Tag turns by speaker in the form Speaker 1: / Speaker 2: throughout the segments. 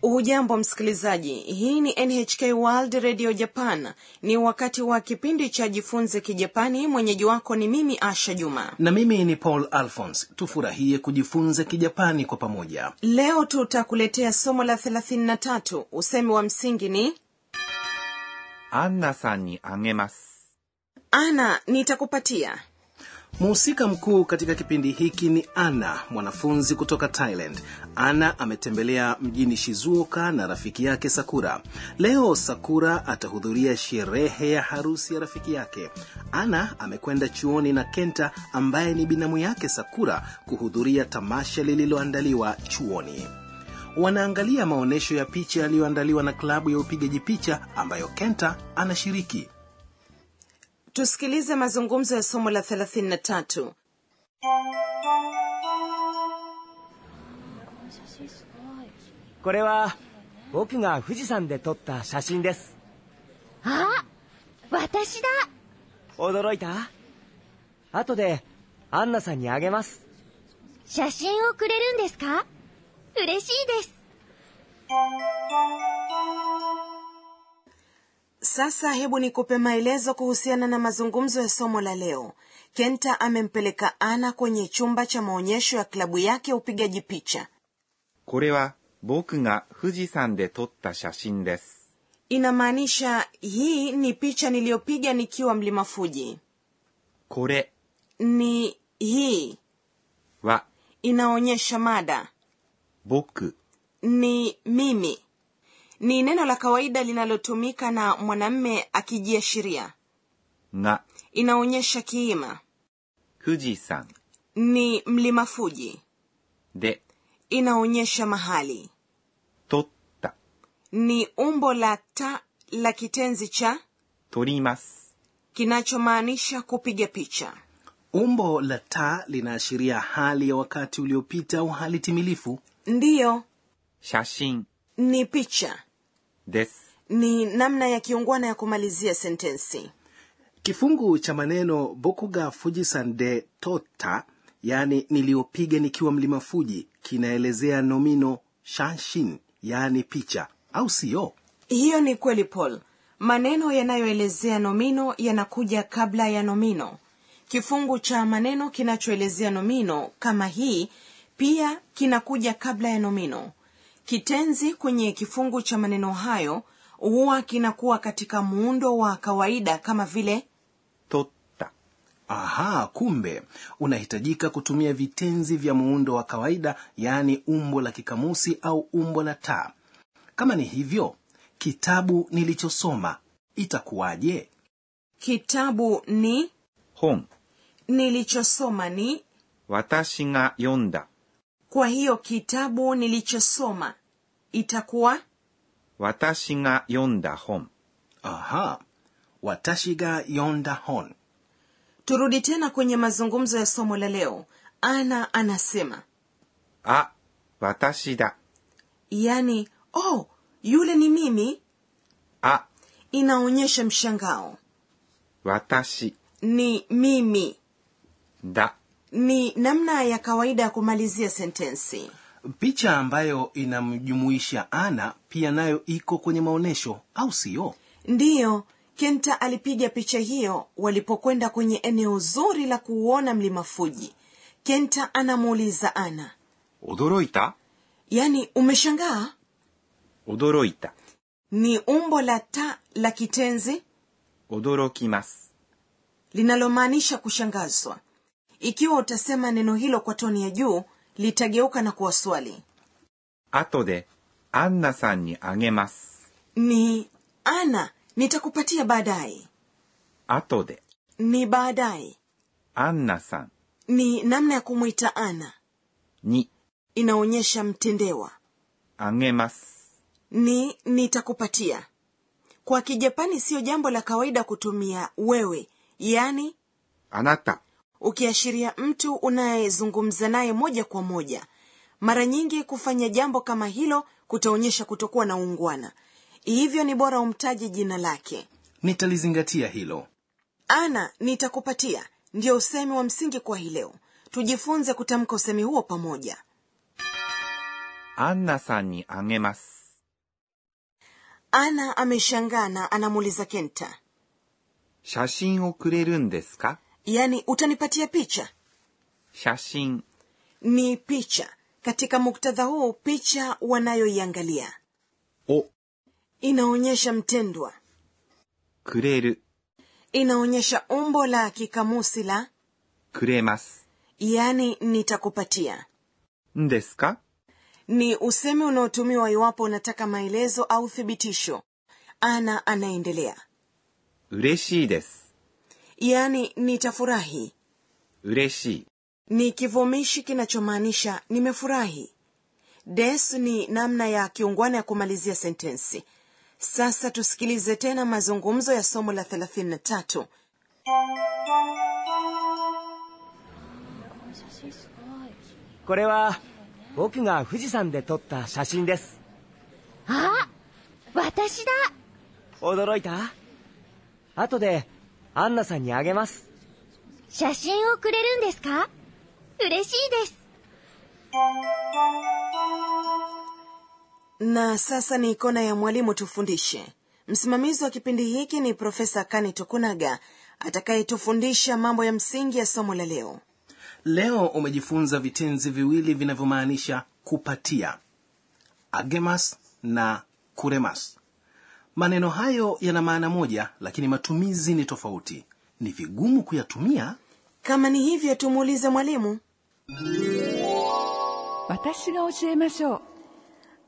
Speaker 1: hujambo msikilizaji hii ni nhk world radio japan ni wakati wa kipindi cha jifunze kijapani mwenyeji wako ni mimi asha juma
Speaker 2: na mimi ni paul alphons tufurahie kujifunza kijapani kwa pamoja
Speaker 1: leo tutakuletea somo la 33 usemi wa msingi ni
Speaker 3: アンナさんにあげます。
Speaker 1: ana nitakupatia
Speaker 2: mhusika mkuu katika kipindi hiki ni ana mwanafunzi kutoka thailand ana ametembelea mjini shizuoka na rafiki yake sakura leo sakura atahudhuria sherehe ya harusi ya rafiki yake ana amekwenda chuoni na kenta ambaye ni binamu yake sakura kuhudhuria tamasha lililoandaliwa chuoni wanaangalia maonyesho ya picha yaliyoandaliwa na klabu ya upigaji picha ambayo kenta anashiriki
Speaker 1: tusikilize mazungumzo ya somo la 33
Speaker 4: これは僕が富士山で撮った写真です
Speaker 5: あ私だ
Speaker 4: 驚いた後でアンナさんにあげます
Speaker 5: 写真をくれるんですか嬉しいです。
Speaker 1: sasa hebu nikupe maelezo kuhusiana na mazungumzo ya somo la leo kenta amempeleka ana kwenye chumba cha maonyesho ya klabu yake ya upigaji picha
Speaker 3: これは僕が富士山で撮った写真です。
Speaker 1: inamaanisha hii ni picha niliyopiga nikiwa mlima fuji
Speaker 3: これ
Speaker 1: ni hii
Speaker 3: は
Speaker 1: inaonyesha mada
Speaker 3: 僕
Speaker 1: ni mimi ni neno la kawaida linalotumika na mwanamme akijiashiria
Speaker 3: が
Speaker 1: inaonyesha kiima
Speaker 3: 富士山
Speaker 1: ni mlima fuji
Speaker 3: で
Speaker 1: inaonyesha mahali
Speaker 3: 撮った、
Speaker 1: ni umbo la ta la kitenzi cha
Speaker 3: 撮ります。
Speaker 1: kinachomaanisha kupiga picha
Speaker 2: Umbo la ta linaashiria hali ya wakati uliopita au hali timilifu.
Speaker 1: ndiyo
Speaker 3: 写真
Speaker 1: ni picha
Speaker 3: です。
Speaker 1: ni namna ya kiungwana ya kumalizia sentensi
Speaker 2: Kifungu cha maneno bokuga fujisan de tota, yaani niliyopiga nikiwa mlima Fuji, kinaelezea nomino shanshin, yaani picha, au siyo?
Speaker 1: hiyo ni kweli paul maneno yanayoelezea nomino yanakuja kabla ya nomino kifungu cha maneno kinachoelezea nomino kama hii pia kinakuja kabla ya nomino kitenzi kwenye kifungu cha maneno hayo huwa kinakuwa katika muundo wa kawaida kama vile
Speaker 3: 撮った、
Speaker 2: Aha, kumbe unahitajika kutumia vitenzi vya muundo wa kawaida, yaani umbo la kikamusi au umbo la ta. Kama ni hivyo, kitabu nilichosoma itakuwaje?
Speaker 1: kitabu ni
Speaker 3: 本、
Speaker 1: nilichosoma ni
Speaker 3: 私が読んだ、
Speaker 1: kwa hiyo kitabu nilichosoma itakuwa
Speaker 3: 私が読んだ本、
Speaker 2: Aha, watashi ga yonda hon.
Speaker 1: turudi tena kwenye mazungumzo ya somo la leo ana anasema
Speaker 3: あ、私だ、
Speaker 1: yaani oh yule ni mimi
Speaker 3: あ、
Speaker 1: inaonyesha mshangao
Speaker 3: 私
Speaker 1: ni mimi
Speaker 3: だ、
Speaker 1: ni namna ya kawaida ya kumalizia sentensi
Speaker 2: Picha ambayo inamjumuisha Ana pia nayo iko kwenye maonyesho, au siyo?
Speaker 1: ndiyo kenta alipiga picha hiyo walipokwenda kwenye eneo zuri la kuuona mlima fuji kenta anamuuliza ana
Speaker 3: 驚いた
Speaker 1: yaani umeshangaa
Speaker 3: 驚いた、
Speaker 1: ni umbo la ta la kitenzi
Speaker 3: 驚きます、
Speaker 1: linalomaanisha kushangazwa ikiwa utasema neno hilo kwa toni ya juu litageuka na kuwa swali
Speaker 3: 後でアンナさんにあげます。
Speaker 1: ni ana nitakupatia baadaye
Speaker 3: 後で
Speaker 1: ni baadaye
Speaker 3: アンナさん
Speaker 1: ni namna ya kumwita ana
Speaker 3: に
Speaker 1: inaonyesha mtendewa
Speaker 3: あげます。
Speaker 1: ni nitakupatia kwa kijapani siyo jambo la kawaida kutumia wewe yaani
Speaker 3: あなた、
Speaker 1: ukiashiria mtu unayezungumza naye moja kwa moja mara nyingi kufanya jambo kama hilo kutaonyesha kutokuwa na uungwana hivyo ni bora umtaje jina lake
Speaker 2: Nitalizingatia hilo.
Speaker 1: ana nitakupatia ndio usemi wa msingi kwa hii leo tujifunze kutamka usemi huo pamoja
Speaker 3: アンナさんにあげます。
Speaker 1: ana ameshangaa na anamuuliza kenta
Speaker 3: 写真をくれるんですか
Speaker 1: yaani utanipatia picha
Speaker 3: 写真
Speaker 1: ni picha katika muktadha huu picha wanayoiangalia
Speaker 3: を
Speaker 1: inaonyesha mtendwa
Speaker 3: くれる、
Speaker 1: inaonyesha umbo la kikamusi la
Speaker 3: くれます。
Speaker 1: yaani nitakupatia
Speaker 3: んですか
Speaker 1: ni usemi unaotumiwa iwapo unataka maelezo au thibitisho ana anaendelea
Speaker 3: 嬉しいです。
Speaker 1: yaani nitafurahi
Speaker 3: 嬉しい。
Speaker 1: ni kivumishi kinachomaanisha nimefurahi des ni namna ya kiungwana ya kumalizia sentensi sasa tusikilize tena mazungumzo ya somo la 33
Speaker 4: これは僕が富士山で撮った写真です
Speaker 5: あ私だ
Speaker 4: 驚いた後でアンナさんにあげます
Speaker 5: 写真をくれるんですか嬉しいです。
Speaker 1: na sasa ni ikona ya mwalimu tufundishe msimamizi wa kipindi hiki ni profesa kani tokunaga atakayetufundisha mambo ya msingi ya somo la leo
Speaker 2: leo umejifunza vitenzi viwili vinavyomaanisha kupatia agemas na kuremas maneno hayo yana maana moja lakini matumizi ni tofauti ni vigumu kuyatumia
Speaker 1: kama ni hivyo tumuulize mwalimu
Speaker 6: 私が教えましょう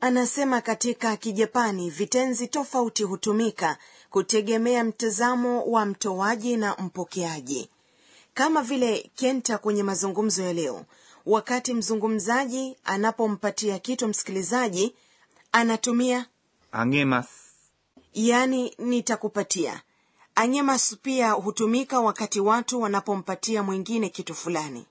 Speaker 1: anasema katika kijapani vitenzi tofauti hutumika kutegemea mtazamo wa mtoaji na mpokeaji kama vile kenta kwenye mazungumzo ya leo wakati mzungumzaji anapompatia kitu msikilizaji anatumia
Speaker 3: あげます。
Speaker 1: yani nitakupatia anyemas pia hutumika wakati watu wanapompatia mwingine kitu fulani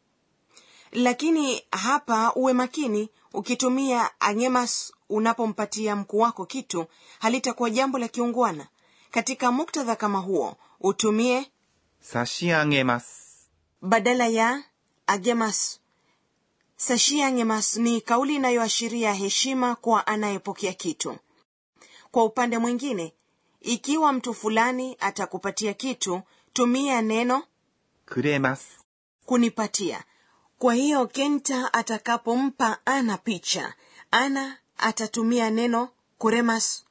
Speaker 1: lakini hapa uwe makini ukitumia anyemas unapompatia mkuu wako kitu halitakuwa jambo la kiungwana katika muktadha kama huo utumie
Speaker 3: 差し上げます。
Speaker 1: badala ya agemas sashiangemas ni kauli inayoashiria heshima kwa anayepokea kitu kwa upande mwingine ikiwa mtu fulani atakupatia kitu tumia neno
Speaker 3: くれます。
Speaker 1: kunipatia kwa hiyo kenta atakapompa ana picha ana atatumia neno kuremas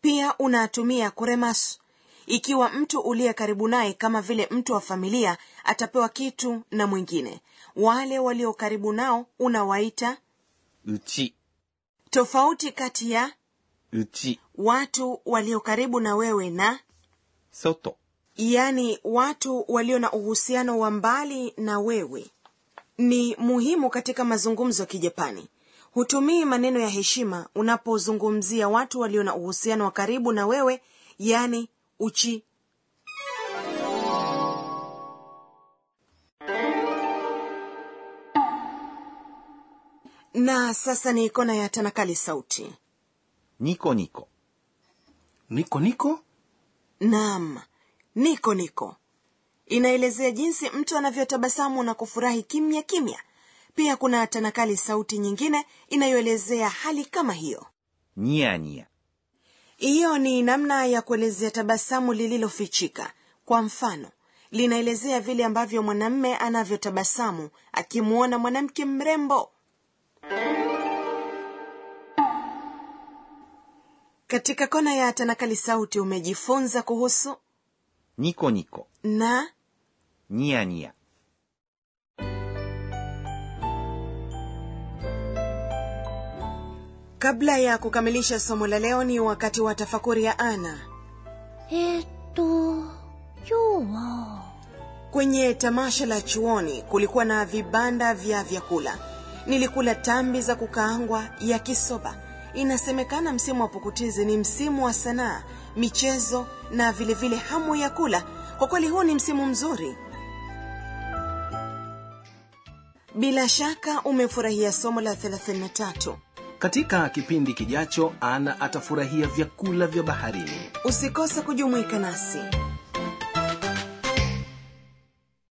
Speaker 1: pia unatumia kuremas ikiwa mtu uliye karibu naye kama vile mtu wa familia atapewa kitu na mwingine wale walio karibu nao unawaita
Speaker 3: うち、
Speaker 1: tofauti kati ya
Speaker 3: うち、
Speaker 1: watu walio karibu na wewe na
Speaker 3: 外、
Speaker 1: yaani watu walio na uhusiano wa mbali na wewe ni muhimu katika mazungumzo ya kijapani hutumii maneno ya heshima unapozungumzia watu walio na uhusiano wa karibu na wewe yaani uchi na sasa ni ikona ya tanakali sauti
Speaker 3: ニコニコ、
Speaker 2: niko niko
Speaker 1: naam niko niko inaelezea jinsi mtu anavyotabasamu na kufurahi kimya kimya pia kuna tanakali sauti nyingine inayoelezea hali kama hiyo
Speaker 3: ニヤニヤ、
Speaker 1: hiyo ni namna ya kuelezea tabasamu lililofichika kwa mfano linaelezea vile ambavyo mwanamme anavyotabasamu akimwona mwanamke mrembo katika kona ya tanakali sauti umejifunza kuhusu
Speaker 3: ニコニコ、
Speaker 1: na
Speaker 3: ニヤニヤ。
Speaker 1: kabla ya kukamilisha somo la leo ni wakati wa tafakuri ya ana
Speaker 5: えーっと、今日は、
Speaker 1: kwenye tamasha la chuoni kulikuwa na vibanda vya vyakula nilikula tambi za kukaangwa ya kisoba inasemekana msimu wa pukutizi ni msimu wa sanaa michezo na vilevile vile hamu ya kula kwa kweli huu ni msimu mzuri bila shaka umefurahia somo la 33
Speaker 2: katika kipindi kijacho ana atafurahia vyakula vya baharini
Speaker 1: usikose kujumuika nasi